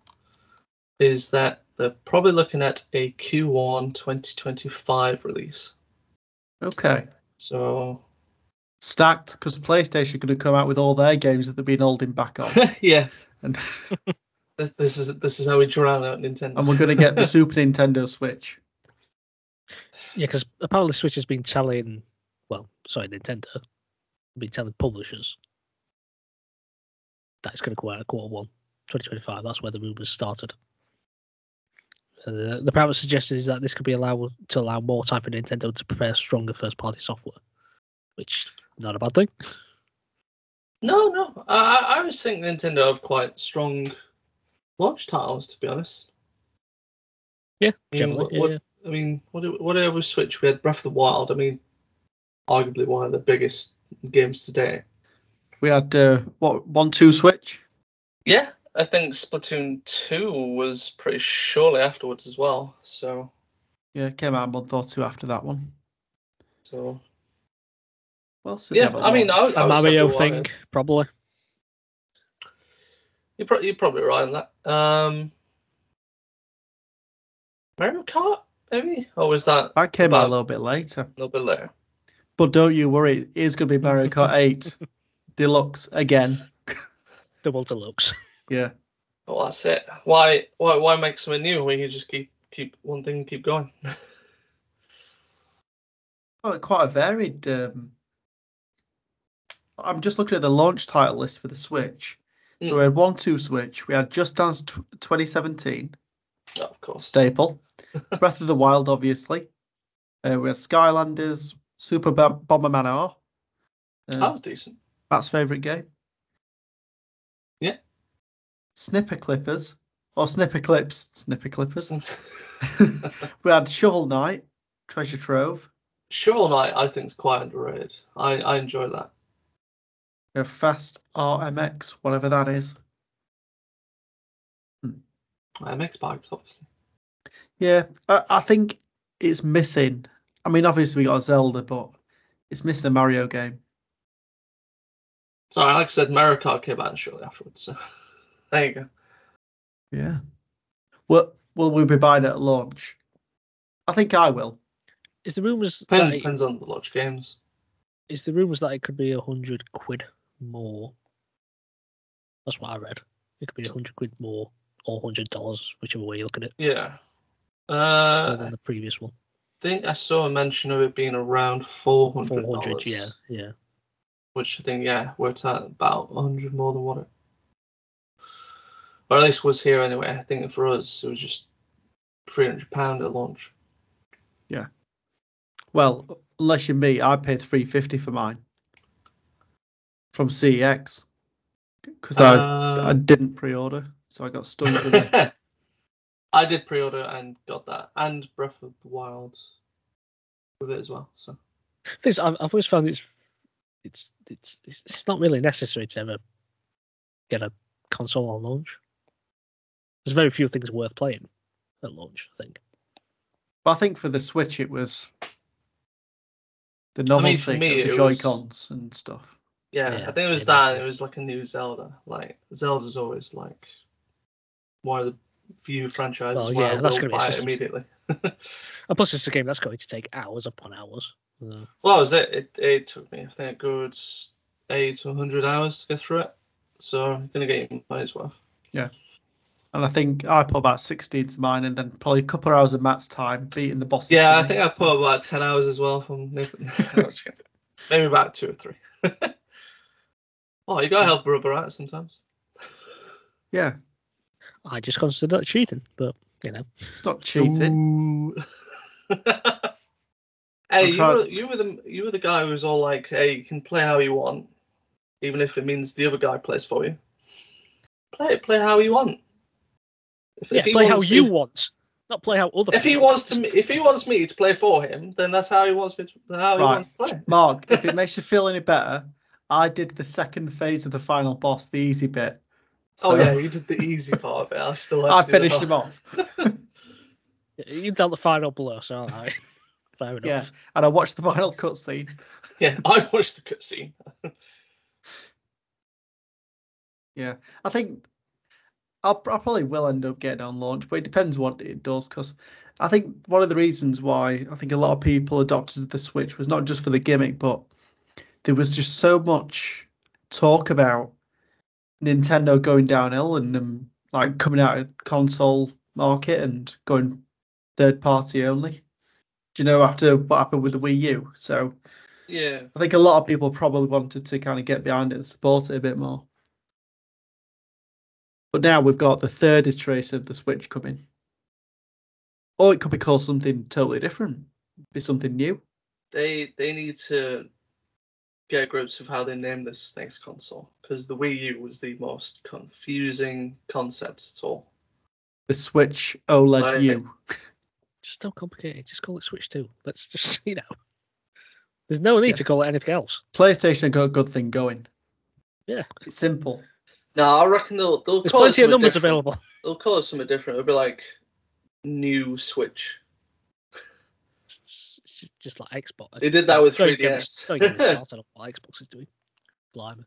Speaker 2: is that they're probably looking at a Q1 2025 release.
Speaker 3: Okay.
Speaker 2: So
Speaker 3: Stacked because PlayStation could have come out with all their games that they've been holding
Speaker 2: [laughs]
Speaker 3: back on,
Speaker 2: yeah,
Speaker 3: and,
Speaker 2: [laughs] this, this is this is how we drown out Nintendo.
Speaker 3: and we're going to get the Super Nintendo Switch.
Speaker 1: Yeah, because apparently Switch has been telling, well, sorry, Nintendo, have been telling publishers that it's going to come out at quarter one, 2025. That's where the rumours started. And the, the premise suggested is that this could be allowed to allow more time for Nintendo to prepare stronger first-party software, which not a bad thing.
Speaker 2: No, no. I, I I always think Nintendo have quite strong launch titles, to be honest.
Speaker 1: Yeah,
Speaker 2: Yeah,
Speaker 1: generally.
Speaker 2: what-
Speaker 1: Yeah,
Speaker 2: what-
Speaker 1: yeah.
Speaker 2: I mean, what do- whatever Switch we had, Breath of the Wild. I mean, arguably one of the biggest games today.
Speaker 3: We had uh, what one two Switch.
Speaker 2: Yeah, I think Splatoon two was pretty shortly afterwards as well. So,
Speaker 3: Yeah, came out a month or two after that one.
Speaker 2: so
Speaker 3: Well, so
Speaker 2: yeah. I mean, I, was- I
Speaker 1: A
Speaker 2: was
Speaker 1: Mario
Speaker 2: happy with
Speaker 1: thing,
Speaker 2: it.
Speaker 1: probably.
Speaker 2: You're, pro- you're probably right on that. Um, Mario Kart, maybe, or was that a
Speaker 3: that came
Speaker 2: about-
Speaker 3: out a little bit later.
Speaker 2: little bit later?
Speaker 3: But don't you worry, it is going to be Mario
Speaker 2: [laughs]
Speaker 3: Kart 8 Deluxe again.
Speaker 1: Double deluxe.
Speaker 3: Yeah.
Speaker 2: Well, that's it. Why, why, why make something new when you just keep keep one thing and keep going?
Speaker 3: Well, Oh, quite a varied. Um, I'm just looking at the launch title list for the Switch. So
Speaker 2: Mm.
Speaker 3: we had 1 2 Switch, we had Just Dance tw 2017,
Speaker 2: No, of course.
Speaker 3: Staple, Breath of the Wild, obviously. Uh, we had Skylanders, Super Bom- Bomberman R.
Speaker 2: That
Speaker 3: Um,
Speaker 2: was decent. [laughs]
Speaker 3: Matt's favourite game.
Speaker 2: Yeah.
Speaker 3: Snipper Clippers. Or Snipper Clips. Snipper
Speaker 2: [laughs]
Speaker 3: Clippers. [laughs]
Speaker 2: Shovel
Speaker 3: we had Shovel Knight, Treasure Trove,
Speaker 2: Knight, I think, is quite underrated. I, I enjoy that.
Speaker 3: we had Fast RMX, whatever that is.
Speaker 2: My MX bikes, obviously.
Speaker 3: Yeah, I, I think it's missing. I mean, obviously we got a Zelda, but it's missing a Mario game.
Speaker 2: Sorry, like I said, Mario Kart came out shortly afterwards. So there you go.
Speaker 3: Yeah. Well, will we be buying it at launch? I think I will.
Speaker 1: Is the rumours
Speaker 2: Depends,
Speaker 1: that it-
Speaker 2: depends on the launch games.
Speaker 1: is the rumours that it could be a hundred quid more. That's what I read. It could be a hundred quid more or hundred dollars, whichever way you look at it,
Speaker 2: Yeah.
Speaker 1: more
Speaker 2: Uh,
Speaker 1: than
Speaker 2: I
Speaker 1: the previous one.
Speaker 2: think I saw a mention of it being around four hundred
Speaker 1: Four
Speaker 2: dollars.
Speaker 1: hundred, yeah, yeah.
Speaker 2: Which I think, yeah, worked out about hundred more than what it. Or at least was here anyway. I think for us, it was just three hundred pound at launch.
Speaker 3: Well, unless you're me, I paid 350 for mine from CEX because I I
Speaker 2: Uh,
Speaker 3: didn't pre-order, so I got stung
Speaker 2: [laughs]
Speaker 3: with it.
Speaker 2: I did pre-order and got that, and Breath of the Wild with it as well. So
Speaker 1: This I've, I've always found it's it's it's it's it's not really necessary to ever get a console on launch. There's very few things worth playing at launch. I think.
Speaker 3: But I think for the Switch, it was the novelty
Speaker 2: for me,
Speaker 3: of the
Speaker 2: it
Speaker 3: Joy
Speaker 2: was-
Speaker 3: Cons and stuff.
Speaker 2: yeah,
Speaker 1: Yeah,
Speaker 2: I think it was
Speaker 1: yeah,
Speaker 2: that.
Speaker 1: that's
Speaker 2: and It was like a new Zelda. Like Zelda's always like one of the few franchises
Speaker 1: Well,
Speaker 2: where
Speaker 1: yeah,
Speaker 2: I
Speaker 1: that's
Speaker 2: will
Speaker 1: gonna be a
Speaker 2: buy it
Speaker 1: system.
Speaker 2: immediately.
Speaker 1: And plus, it's a game that's going to take hours upon hours. Uh,
Speaker 2: Well, that was it. it. It took me, I think, a good eight to hundred hours to get through it. So I'm gonna get your money's worth.
Speaker 3: And I think I put about 60 into mine and then probably a couple of hours of Matt's time beating the bosses.
Speaker 2: Yeah, I
Speaker 3: for me.
Speaker 2: think I put about ten hours as well from Nathan. No, just kidding. Maybe about two or three. [laughs] oh, you gotta help a brother out sometimes.
Speaker 3: Yeah,
Speaker 1: I just consider that cheating, but you know,
Speaker 3: it's not cheating.
Speaker 2: [laughs] Ooh. hey,
Speaker 3: I'm
Speaker 2: you
Speaker 3: trying-
Speaker 2: were, you were the you were the guy who was all like, "Hey, you can play how you want, even if it means the other guy plays for you. Play it, play how you want. If,
Speaker 1: yeah,
Speaker 2: if he
Speaker 1: play how
Speaker 2: wants-
Speaker 1: you
Speaker 2: if-
Speaker 1: want, not play how other.
Speaker 2: If he
Speaker 1: people
Speaker 2: wants to, if he wants me to play for him, then that's how he wants me to, how he
Speaker 3: Right.
Speaker 2: wants to play.
Speaker 3: Mark,
Speaker 2: [laughs]
Speaker 3: if it makes you feel any better, I did the second phase of the final boss, the easy bit,
Speaker 2: Oh yeah, you did the easy part of it. I still have
Speaker 3: [laughs] I
Speaker 2: to do the [laughs]
Speaker 3: finished
Speaker 2: hard-
Speaker 3: him off.
Speaker 1: You dealt the final blow, so all right. [laughs] Fair enough.
Speaker 3: Yeah, and I watched the final cutscene.
Speaker 2: Yeah, I watched the cutscene.
Speaker 3: Yeah, I think I'll, I probably will end up getting on launch, but it depends what it does. Because I think one of the reasons why I think a lot of people adopted the Switch was not just for the gimmick, but there was just so much talk about Nintendo going downhill and um, like coming out of console market and going third party only. Do you know after what happened with the Wii U? So
Speaker 2: Yeah.
Speaker 3: I think a lot of people probably wanted to kind of get behind it and support it a bit more. But now we've got the third iteration of the Switch coming. Or it could be called something totally different, be something new.
Speaker 2: they they need to get grips of how they name this next console because the Wii U was the most confusing concept at all.
Speaker 3: The Switch OLED
Speaker 2: Right.
Speaker 3: U.
Speaker 1: Just don't complicate it. Just call it Switch 2. Let's just, [laughs] you know. There's no need
Speaker 3: Yeah.
Speaker 1: to call it anything else.
Speaker 3: PlayStation got a good thing going.
Speaker 1: Yeah.
Speaker 3: It's simple.
Speaker 2: Now I reckon they'll they'll
Speaker 1: There's
Speaker 2: call
Speaker 1: plenty
Speaker 2: it
Speaker 1: of
Speaker 2: something
Speaker 1: numbers
Speaker 2: different.
Speaker 1: available. [laughs]
Speaker 2: They'll call it something different. It'll be like new Switch.
Speaker 1: It's it's just, just like Xbox.
Speaker 2: They did that with
Speaker 1: Don't get me-
Speaker 2: 3DS.
Speaker 1: Don't get me started on what Xbox is doing. Blimey.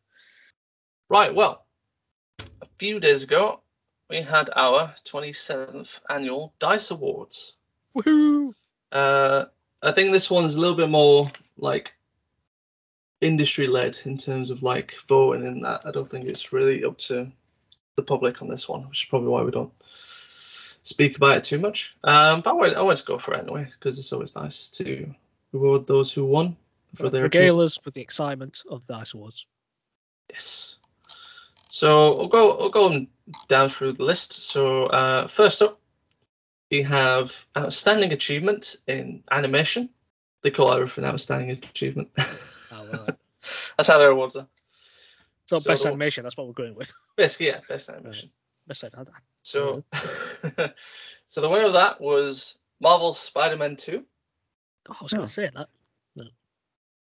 Speaker 2: Right. Well, a few days ago we had our 27th annual Dice Awards.
Speaker 1: Woohoo!
Speaker 2: Uh, I think this one's a little bit more like industry led in terms of like voting and that. I don't think it's really up to the public on this one, which is probably why we don't speak about it too much. Um, but I went, I went to go for it anyway because it's always nice to reward those who won for their
Speaker 1: Regale us with the excitement of the Dice Awards.
Speaker 2: Yes. So I'll go I'll go on down through the list. So uh, first up, we have outstanding achievement in animation. They call everything outstanding achievement. [laughs]
Speaker 1: Oh, right.
Speaker 2: That's how their awards are.
Speaker 1: So,
Speaker 2: So
Speaker 1: best
Speaker 2: the-
Speaker 1: animation, that's what we're going with.
Speaker 2: Basically, yeah, best animation.
Speaker 1: Best animation.
Speaker 2: So,
Speaker 1: Mm-hmm.
Speaker 2: [laughs] so the winner of that was Marvel's Spider-Man 2.
Speaker 1: Oh, I was going
Speaker 3: Oh.
Speaker 1: to say that.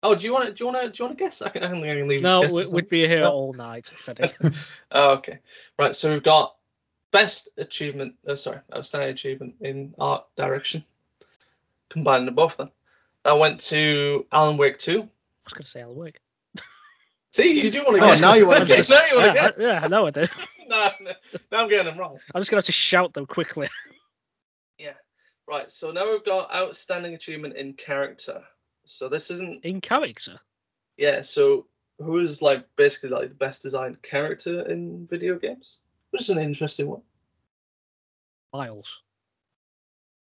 Speaker 2: Oh, do you want to do you want to do you want to guess? I can I can leave. you to
Speaker 1: No,
Speaker 2: guess
Speaker 1: we,
Speaker 2: this
Speaker 1: we'd
Speaker 2: one.
Speaker 1: be here
Speaker 2: No?
Speaker 1: all night. if I did.
Speaker 2: Oh, okay. Right, so we've got best achievement, uh, sorry, outstanding achievement in art direction, combining the both of them. That went to Alan Wake 2.
Speaker 1: [laughs] I was going to say Alan Wake.
Speaker 2: See, you do want to
Speaker 3: Oh,
Speaker 2: guess.
Speaker 3: now you wanna
Speaker 2: Okay, [laughs]
Speaker 3: guess.
Speaker 2: Now you want to
Speaker 1: Yeah,
Speaker 2: guess.
Speaker 1: I, yeah, I know [laughs] I do.
Speaker 2: [laughs] No, no, now I'm getting them wrong.
Speaker 1: I'm just going to have to shout them quickly.
Speaker 2: Right, so now we've got outstanding achievement in character. So this isn't,
Speaker 1: In character.
Speaker 2: yeah, so who is like basically like the best designed character in video games? Which is an interesting one.
Speaker 1: Miles.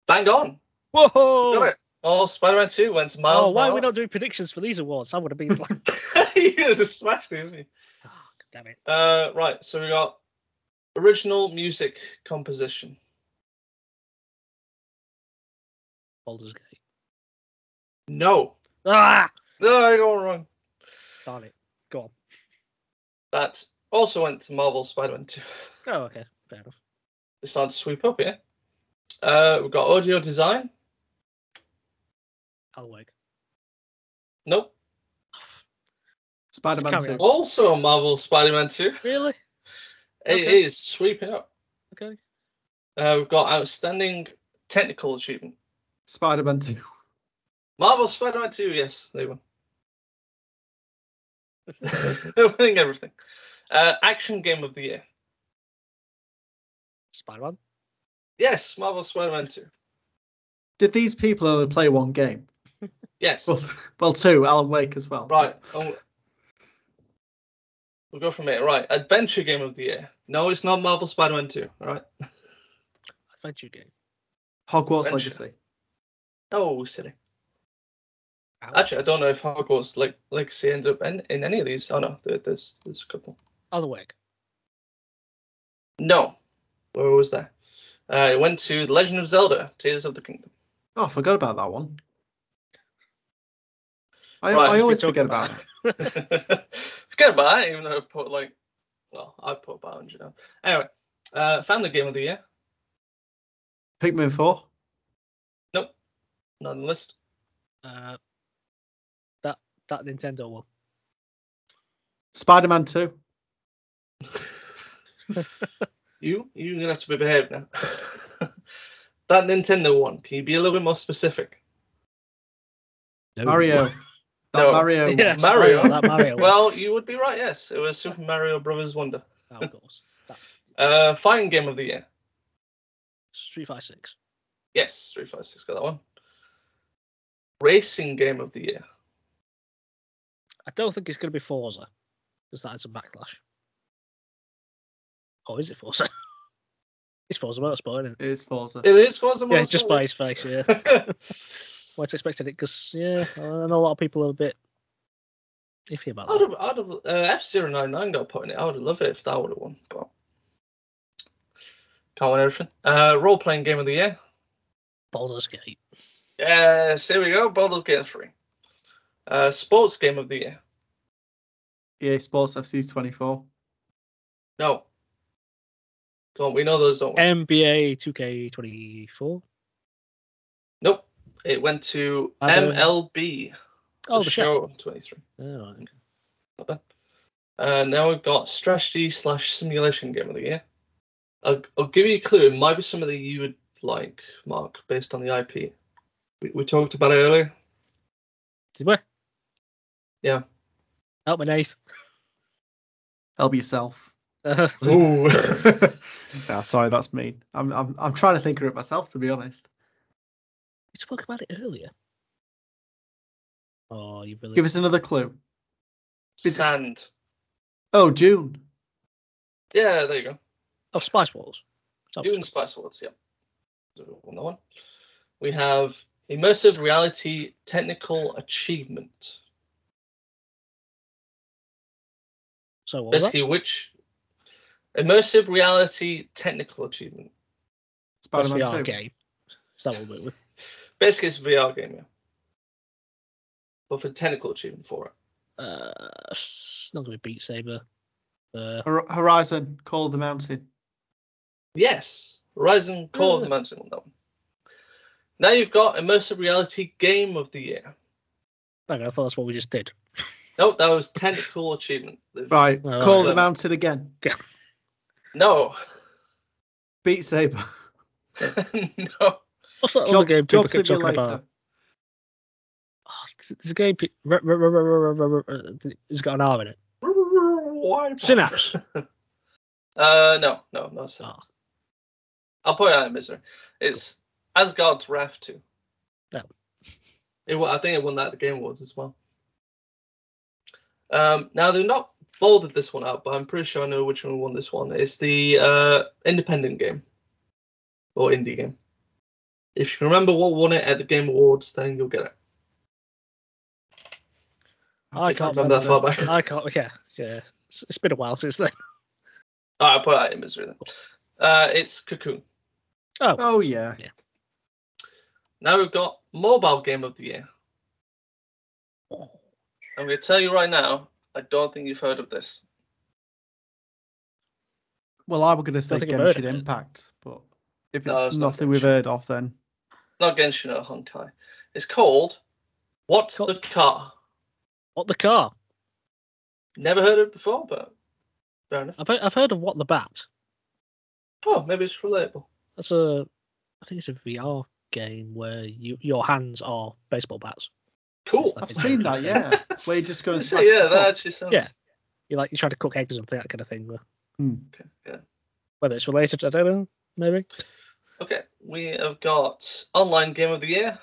Speaker 2: Bang on.
Speaker 1: Whoa!
Speaker 2: Got it. Oh, Spider-Man 2 went to Miles
Speaker 1: Oh, why are we not
Speaker 2: Morales.
Speaker 1: doing predictions for these awards? I would have been like, [laughs]
Speaker 2: [laughs] you could have just smashed these. wouldn't you?
Speaker 1: oh, damn it.
Speaker 2: Uh, right, so we got original music composition.
Speaker 1: Baldur's Gate.
Speaker 2: No,
Speaker 1: Ah!
Speaker 2: no, I got it wrong.
Speaker 1: Darn it. Go on.
Speaker 2: That also went to Marvel Spider-Man 2.
Speaker 1: Oh, okay. Fair enough.
Speaker 2: [laughs] It's starting to sweep up here. Uh, we've got audio design.
Speaker 1: Alan Wake.
Speaker 2: Nope.
Speaker 3: Spider Man
Speaker 1: Carry
Speaker 3: 2.
Speaker 1: on.
Speaker 2: Also Marvel Spider-Man 2.
Speaker 1: Really?
Speaker 2: It
Speaker 1: Okay.
Speaker 2: is sweeping up.
Speaker 1: Okay.
Speaker 2: Uh, we've got outstanding technical achievement.
Speaker 3: Spider Man 2.
Speaker 2: Marvel Spider-Man 2, yes, they won. [laughs] They're winning everything. Uh, action game of the year.
Speaker 1: Spider Man.
Speaker 2: Yes, Marvel Spider-Man 2.
Speaker 3: Did these people only play one game?
Speaker 2: Yes.
Speaker 3: Well, well two, Alan Wake as well.
Speaker 2: Right. um, We'll go from here. Right. Adventure game of the year. No, it's not Marvel Spider-Man 2. All right.
Speaker 1: Adventure game.
Speaker 3: Hogwarts
Speaker 2: Adventure.
Speaker 3: Legacy.
Speaker 2: Oh, silly.
Speaker 1: Ouch.
Speaker 2: Actually, I don't know if Hogwarts like Legacy ended up in, in any of these. Oh no, there, there's there's a couple.
Speaker 1: Alan Wake.
Speaker 2: No. Where was that? Uh, it went to The Legend of Zelda: Tears of the Kingdom. [laughs]
Speaker 3: Oh, I forgot about that one. I,
Speaker 2: Right,
Speaker 3: I
Speaker 2: we
Speaker 3: always
Speaker 1: talk
Speaker 3: forget
Speaker 1: about
Speaker 3: about it.
Speaker 2: Forget about it. Even though I put like, well, I put about 100 down. Anyway, uh, family game of the year.
Speaker 3: [laughs] Pikmin 4.
Speaker 2: Not on the list.
Speaker 1: Uh, that, that Nintendo one.
Speaker 3: Spider Man 2.
Speaker 2: you you're gonna have to behave now. [laughs] that Nintendo one. Can you be a little bit more specific?
Speaker 1: No. [laughs]
Speaker 3: Mario. That
Speaker 2: No.
Speaker 3: Mario. one.
Speaker 1: Yes,
Speaker 2: Mario.
Speaker 1: That Mario. one.
Speaker 2: Well, you would be right. Yes, it was Super Mario Brothers Wonder.
Speaker 1: Oh, of course. That-
Speaker 2: Uh, fighting game of the year.
Speaker 1: Street Fighter Six.
Speaker 2: Yes, three five six got that one. Racing game of the year.
Speaker 1: I don't think it's going to be Forza, because that is a backlash. Or is it Forza? [laughs] it's Forza Motorsport, isn't it?
Speaker 3: It is Forza.
Speaker 2: It is Forza
Speaker 1: Yeah, it's just by
Speaker 2: Motorsport.
Speaker 1: his face. Yeah, weren't expecting it because yeah, I know a lot of people are a bit iffy about
Speaker 2: [laughs] I'd
Speaker 1: that.
Speaker 2: have, I'd have, uh, F099 got put in it. I would have loved it if that would have won, but can't win everything. Uh, Role playing game of the year.
Speaker 1: Baldur's Gate.
Speaker 2: Yes, here we go. Baldur's Gate 3. Uh, sports game of the year.
Speaker 3: EA E Sports FC 24.
Speaker 2: No. Don't we know those, don't
Speaker 1: Eh.
Speaker 2: we?
Speaker 1: NBA 2K24.
Speaker 2: nope. It went to
Speaker 1: I don't-
Speaker 2: MLB.
Speaker 1: Oh, the, show.
Speaker 2: 23.
Speaker 1: Oh, right.
Speaker 2: Not bad. Uh, now we've got strategy slash simulation game of the year. I'll, I'll give you a clue. It might be something you would like, Mark, based on the IP. We, we talked about it earlier.
Speaker 1: Did we?
Speaker 2: Yeah.
Speaker 1: Help me, Nate.
Speaker 3: Help yourself.
Speaker 1: Uh,
Speaker 2: Ooh.
Speaker 3: Nah, [laughs] sorry, that's mean. I'm, I'm I'm trying to think of it myself, to be honest.
Speaker 1: we spoke about it earlier. Oh, you really
Speaker 3: Give us another clue. This
Speaker 2: [laughs]
Speaker 3: is-
Speaker 2: Sand.
Speaker 3: Oh, June.
Speaker 2: Yeah, there you go.
Speaker 1: Oh, Spice Wars. Sounds
Speaker 2: Dune Spice Wars, yeah. So, on that one. We have immersive reality technical achievement.
Speaker 1: So what was that?
Speaker 2: Basically, which immersive reality technical achievement.
Speaker 1: That's
Speaker 3: Spider-Man
Speaker 1: VR
Speaker 3: 2.
Speaker 1: game. Is that what we're with?
Speaker 2: Basically, it's a VR game, yeah. But for technical achievement for it.
Speaker 1: Uh, it's not gonna be Beat Saber. Uh,
Speaker 3: Hor- Horizon, Call of the Mountain.
Speaker 2: Yes, Horizon Call of the
Speaker 1: Yeah.
Speaker 2: Mountain on that one. Now you've got immersive reality game of the year.
Speaker 1: hang on, I thought that's what we just did.
Speaker 2: Nope, that was technical achievement. They've-
Speaker 3: Right,
Speaker 1: No,
Speaker 3: Call of
Speaker 2: right.
Speaker 3: the Mountain again.
Speaker 2: No. [laughs]
Speaker 3: Beat Saber.
Speaker 2: no. [laughs]
Speaker 1: What's that other
Speaker 3: Job,
Speaker 1: game people
Speaker 3: job
Speaker 1: kept talking
Speaker 3: Simulator.
Speaker 1: about? Oh, there's- there's a game. pe- re- re- re- re- re- re- re- It's got an R in it.
Speaker 2: Why-
Speaker 3: [laughs]
Speaker 1: Synapse.
Speaker 2: Uh, no, no, no.
Speaker 1: Oh,
Speaker 2: Synapse. I'll put it out of misery. It's Asgard's Wrath 2.
Speaker 1: Oh.
Speaker 2: It, wa- I think it won that at the Game Awards as well. Um, now they've not folded this one out, but I'm pretty sure I know which one won this one. It's the uh, independent game or indie game. If you can remember what won it at the Game Awards, then you'll get it.
Speaker 1: I
Speaker 3: It's not
Speaker 1: can't
Speaker 3: done
Speaker 2: remember that far back.
Speaker 1: I can't. Yeah, yeah. It's, it's been a while since then.
Speaker 2: All right, I'll put it out of misery then. Uh, it's Cocoon.
Speaker 1: Oh,
Speaker 3: Oh yeah.
Speaker 2: Now we've got mobile game of the year. I'm going to tell you right now, I don't think you've heard of this.
Speaker 3: Well, I was going to say
Speaker 1: think I've heard
Speaker 3: Genshin
Speaker 1: of it.
Speaker 3: Impact, but if it's
Speaker 2: No, it's not
Speaker 3: nothing we've
Speaker 2: Genshin.
Speaker 3: heard of, then
Speaker 2: Not Genshin or Honkai. It's called What's
Speaker 1: Cool.
Speaker 2: the Car?
Speaker 1: what the car?
Speaker 2: Never heard of it before, but fair enough.
Speaker 1: I've, he- I've heard of what the bat.
Speaker 2: Oh, maybe it's relatable.
Speaker 1: That's a. I think it's a VR game where you, your hands are baseball bats.
Speaker 2: Cool.
Speaker 1: It's like-
Speaker 3: I've seen that. Yeah,
Speaker 2: [laughs]
Speaker 3: where you just go and
Speaker 2: So,
Speaker 3: smash
Speaker 2: yeah,
Speaker 3: stuff
Speaker 2: that
Speaker 3: up.
Speaker 2: actually sounds.
Speaker 1: Yeah. You like you try to cook eggs and that kind of thing.
Speaker 3: Hmm.
Speaker 2: Okay, yeah.
Speaker 1: Whether it's related, I don't know. Maybe.
Speaker 2: okay, we have got Online Game of the Year.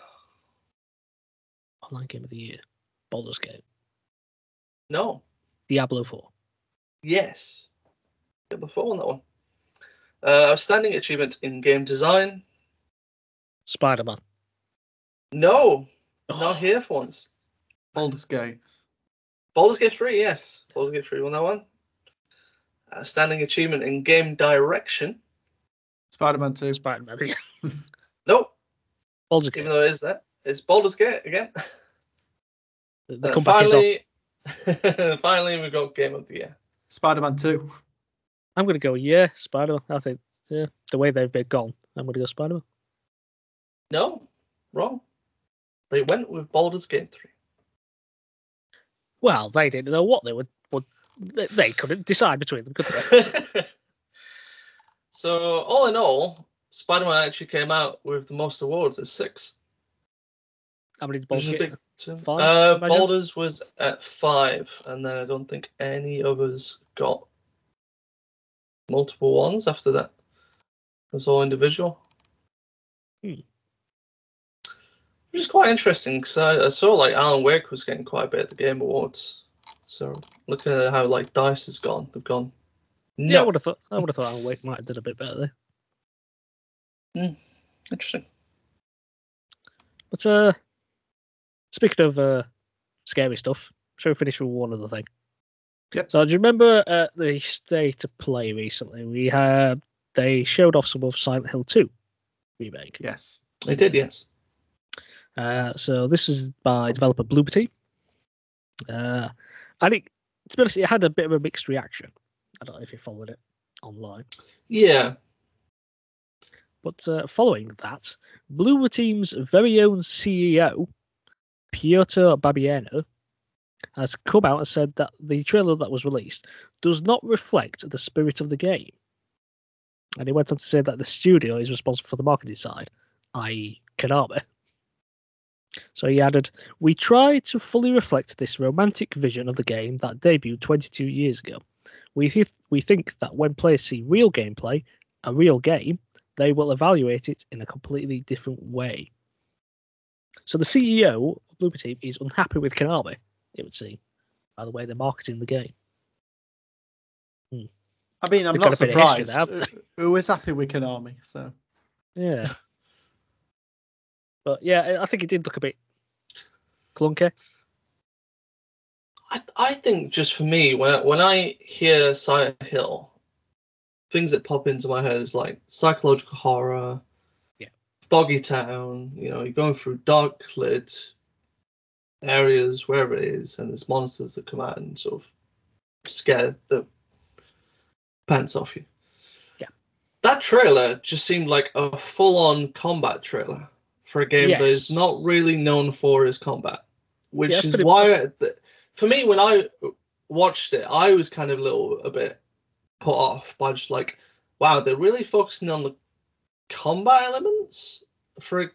Speaker 1: Online game of the year. Baldur's Gate.
Speaker 2: No.
Speaker 1: Diablo 4.
Speaker 2: Yes. Yeah, before on that one. Uh, outstanding achievement in game design.
Speaker 1: Spider Man.
Speaker 2: No,
Speaker 1: Oh, [gasps] [laughs]
Speaker 2: not here for once.
Speaker 3: [laughs] Baldur's Gate.
Speaker 2: Baldur's Gate 3, yes. Baldur's Gate 3 won that one. Outstanding achievement in game direction.
Speaker 3: Spider-Man 2.
Speaker 1: Spider Man.
Speaker 2: Nope,
Speaker 1: Baldur's
Speaker 2: even
Speaker 1: Gate.
Speaker 2: though it is that. It's Baldur's Gate again.
Speaker 1: The, the
Speaker 2: And
Speaker 1: comeback is on.
Speaker 2: finally, [laughs] finally, we've got Game of the Year.
Speaker 3: Spider-Man 2.
Speaker 1: I'm going to go, yeah, Spider Man. I think yeah, the way they've been gone, I'm going to go Spider Man.
Speaker 2: No, wrong. They went with Baldur's Gate 3. [laughs]
Speaker 1: Well, they didn't know what they would. would they, they couldn't decide between them, could they?
Speaker 2: [laughs] So all in all, Spider-Man actually came out with the most awards at six.
Speaker 1: How many did Bond
Speaker 2: Which is a
Speaker 1: get?
Speaker 2: big two.
Speaker 1: Five,
Speaker 2: uh,
Speaker 1: imagine?
Speaker 2: Baldur's was at five, and then I don't think any others got multiple ones after that. It was all individual.
Speaker 1: Hmm.
Speaker 2: Which is quite interesting because I, I saw like Alan Wake was getting quite a bit at the Game Awards. So looking at how like Dice has gone, they've gone. No,
Speaker 1: Yeah, I would have thought. I would have thought Alan Wake might have done a bit better there.
Speaker 2: interesting.
Speaker 1: But uh, speaking of uh, scary stuff, shall we finish with one other thing?
Speaker 3: Yep.
Speaker 1: So do you remember at the state of play recently we had they showed off some of Silent Hill 2 remake.
Speaker 3: Yes.
Speaker 2: They did, yes.
Speaker 1: Uh, so this is by developer Bloober Team. Uh, and it, to be honest, it had a bit of a mixed reaction. I don't know if you followed it online.
Speaker 2: Yeah.
Speaker 1: But uh, following that, Bloomer Team's very own CEO, Piotr Babieno, has come out and said that the trailer that was released does not reflect the spirit of the game. And he went on to say that the studio is responsible for the marketing side, i.e., Konami. So he added, We try to fully reflect this romantic vision of the game that debuted 22 years ago. We, th- we think that when players see real gameplay, a real game, they will evaluate it in a completely different way. So the CEO of Blooper Team is unhappy with Konami, it would seem, by the way they're marketing the game.
Speaker 3: I mean, I'm
Speaker 1: They've
Speaker 3: not
Speaker 1: got a bit of history
Speaker 3: surprised.
Speaker 1: there,
Speaker 3: Who- Who is happy with Konami? So
Speaker 1: Yeah. [laughs] but yeah, I- I think it did look a bit clunky.
Speaker 2: I, I think just for me, when when I hear Silent Hill, things that pop into my head is like psychological horror,
Speaker 1: Yeah.
Speaker 2: foggy town. You know, you're going through dark lit areas wherever it is, and there's monsters that come out and sort of scare the pants off you.
Speaker 1: Yeah.
Speaker 2: That trailer just seemed like a full-on combat trailer for a game that is
Speaker 1: Yes.
Speaker 2: not really known for its combat, which
Speaker 1: Yeah, that's
Speaker 2: is
Speaker 1: pretty
Speaker 2: why th- for me when I watched it, I was kind of a little a bit put off by just like, wow, they're really focusing on the combat elements for a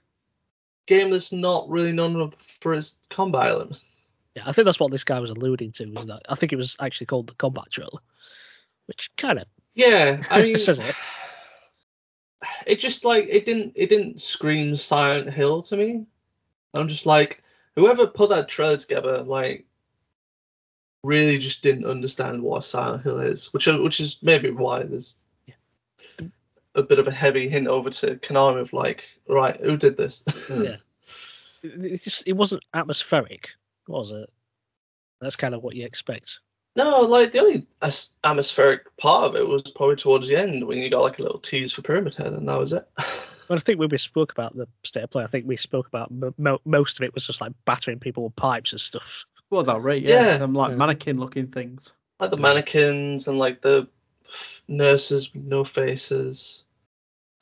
Speaker 2: game that's not really known for its combat elements.
Speaker 1: Yeah, I think that's what this guy was alluding to. Was that I think it was actually called the combat trailer, which kind of
Speaker 2: Yeah, [laughs] I mean,
Speaker 1: Says it.
Speaker 2: it just like it didn't it didn't scream Silent Hill to me. I'm just like, whoever put that trailer together, like, really just didn't understand what Silent Hill is, which uh, which is maybe why there's a bit of a heavy hint over to Konami of like, right, who did this?
Speaker 1: Yeah. it, it's just it wasn't atmospheric, was it? That's kind of what you expect.
Speaker 2: [laughs] No, like the only as- atmospheric part of it was probably towards the end when you got like a little tease for Pyramid Head, and that was it. [laughs]
Speaker 1: But I think when we spoke about the state of play, I think we spoke about mo- mo- most of it was just like battering people with pipes and stuff.
Speaker 3: well, that rate, yeah,
Speaker 2: Yeah.
Speaker 3: them like
Speaker 1: Yeah.
Speaker 3: mannequin looking things.
Speaker 2: like the mannequins and like the f- nurses with no faces.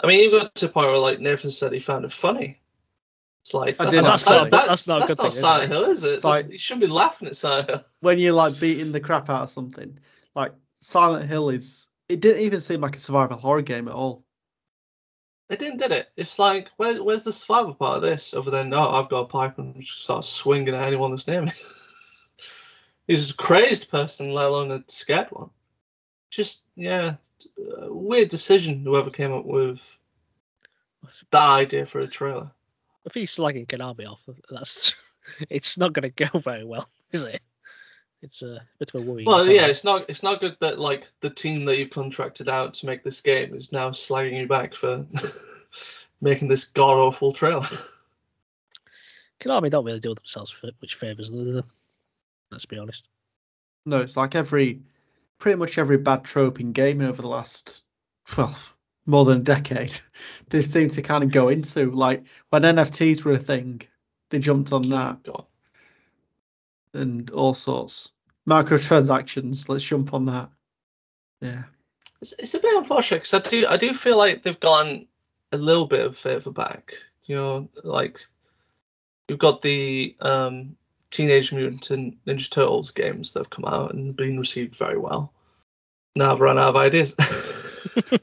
Speaker 2: I mean, you got to a point where like Nathan said he found it funny. It's like
Speaker 3: I
Speaker 2: that's,
Speaker 3: did
Speaker 2: not, that-
Speaker 3: actually.
Speaker 2: that's,
Speaker 1: That's not a good
Speaker 2: not
Speaker 1: thing, is
Speaker 2: Silent
Speaker 1: it?
Speaker 2: Hill, is it?
Speaker 3: It's like-
Speaker 2: That's- you shouldn't be laughing at Silent Hill. [laughs]
Speaker 3: When you're like beating the crap out of something, like Silent Hill is. It didn't even seem like a survival horror game at all.
Speaker 2: They didn't, did it? It's like where, where's the survival part of this? Other than no, I've got a pipe and just start swinging at anyone that's near me. [laughs] He's a crazed person, let alone a scared one. Just yeah, uh, weird decision whoever came up with that idea for a trailer.
Speaker 1: If he's slagging Konami off, that's [laughs] it's not going to go very well, [laughs] is it? It's a bit of a worry.
Speaker 2: Well, yeah, it's not it's not good that like the team that you've contracted out to make this game is now slagging you back for [laughs] making this god awful trailer.
Speaker 1: Konami don't really do themselves f- much favors. do they? Let's be honest.
Speaker 3: No, it's like every, pretty much every bad trope in gaming over the last, well, more than a decade, [laughs] they seem to kind of go into. Like when NFTs were a thing, they jumped on that
Speaker 2: God.
Speaker 3: and all sorts. Microtransactions, let's jump on that. Yeah.
Speaker 2: It's, it's a bit unfortunate because I do I do feel like they've gone a little bit of further back. You know, like you've got the um, Teenage Mutant Ninja Turtles games that have come [laughs] out and been received very well. Now I've run out of ideas. There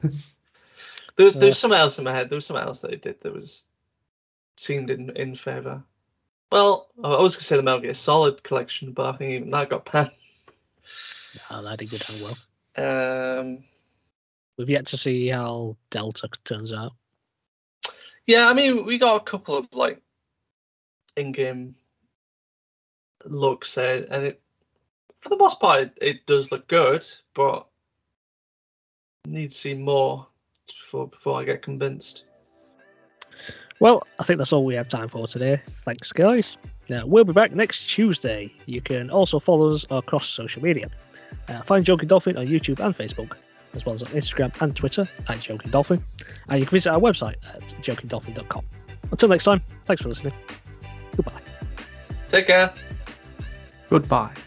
Speaker 2: was, there was something else in my head. There was something else that they did that was seemed in, in favour. Well, I was going to say the Metal Gear Solid collection, but I think even that got panned.
Speaker 1: Oh, that did go down well.
Speaker 2: Um,
Speaker 1: We've yet to see how Delta turns out.
Speaker 2: yeah, I mean, we got a couple of like in-game looks there, and it, for the most part, it, it does look good, but need to see more before before I get convinced.
Speaker 1: Well, I think that's all we have time for today. Thanks, guys. Now, we'll be back next Tuesday. You can also follow us across social media. Uh, find Joking Dolphin on YouTube and Facebook, as well as on Instagram and Twitter at Joking Dolphin. And you can visit our website at jokingdolphin.com. Until next time, thanks for listening. Goodbye.
Speaker 2: Take care.
Speaker 3: Goodbye.